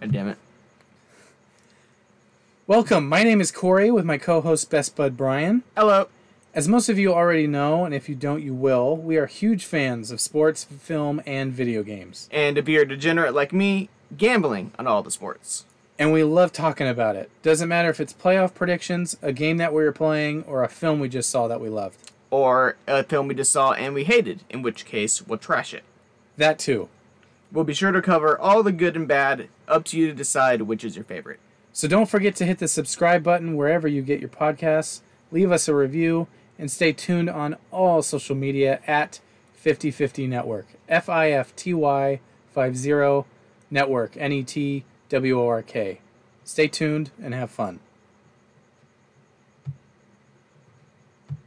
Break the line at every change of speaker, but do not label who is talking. God damn it.
Welcome. My name is Corey with my co host, Best Bud Brian.
Hello.
As most of you already know, and if you don't, you will, we are huge fans of sports, film, and video games.
And if you're a degenerate like me, gambling on all the sports.
And we love talking about it. Doesn't matter if it's playoff predictions, a game that we were playing, or a film we just saw that we loved.
Or a film we just saw and we hated, in which case, we'll trash it.
That too.
We'll be sure to cover all the good and bad, up to you to decide which is your favorite.
So don't forget to hit the subscribe button wherever you get your podcasts, leave us a review, and stay tuned on all social media at 5050 Network. F I F T Y 50 Network. N E T W O R K. Stay tuned and have fun.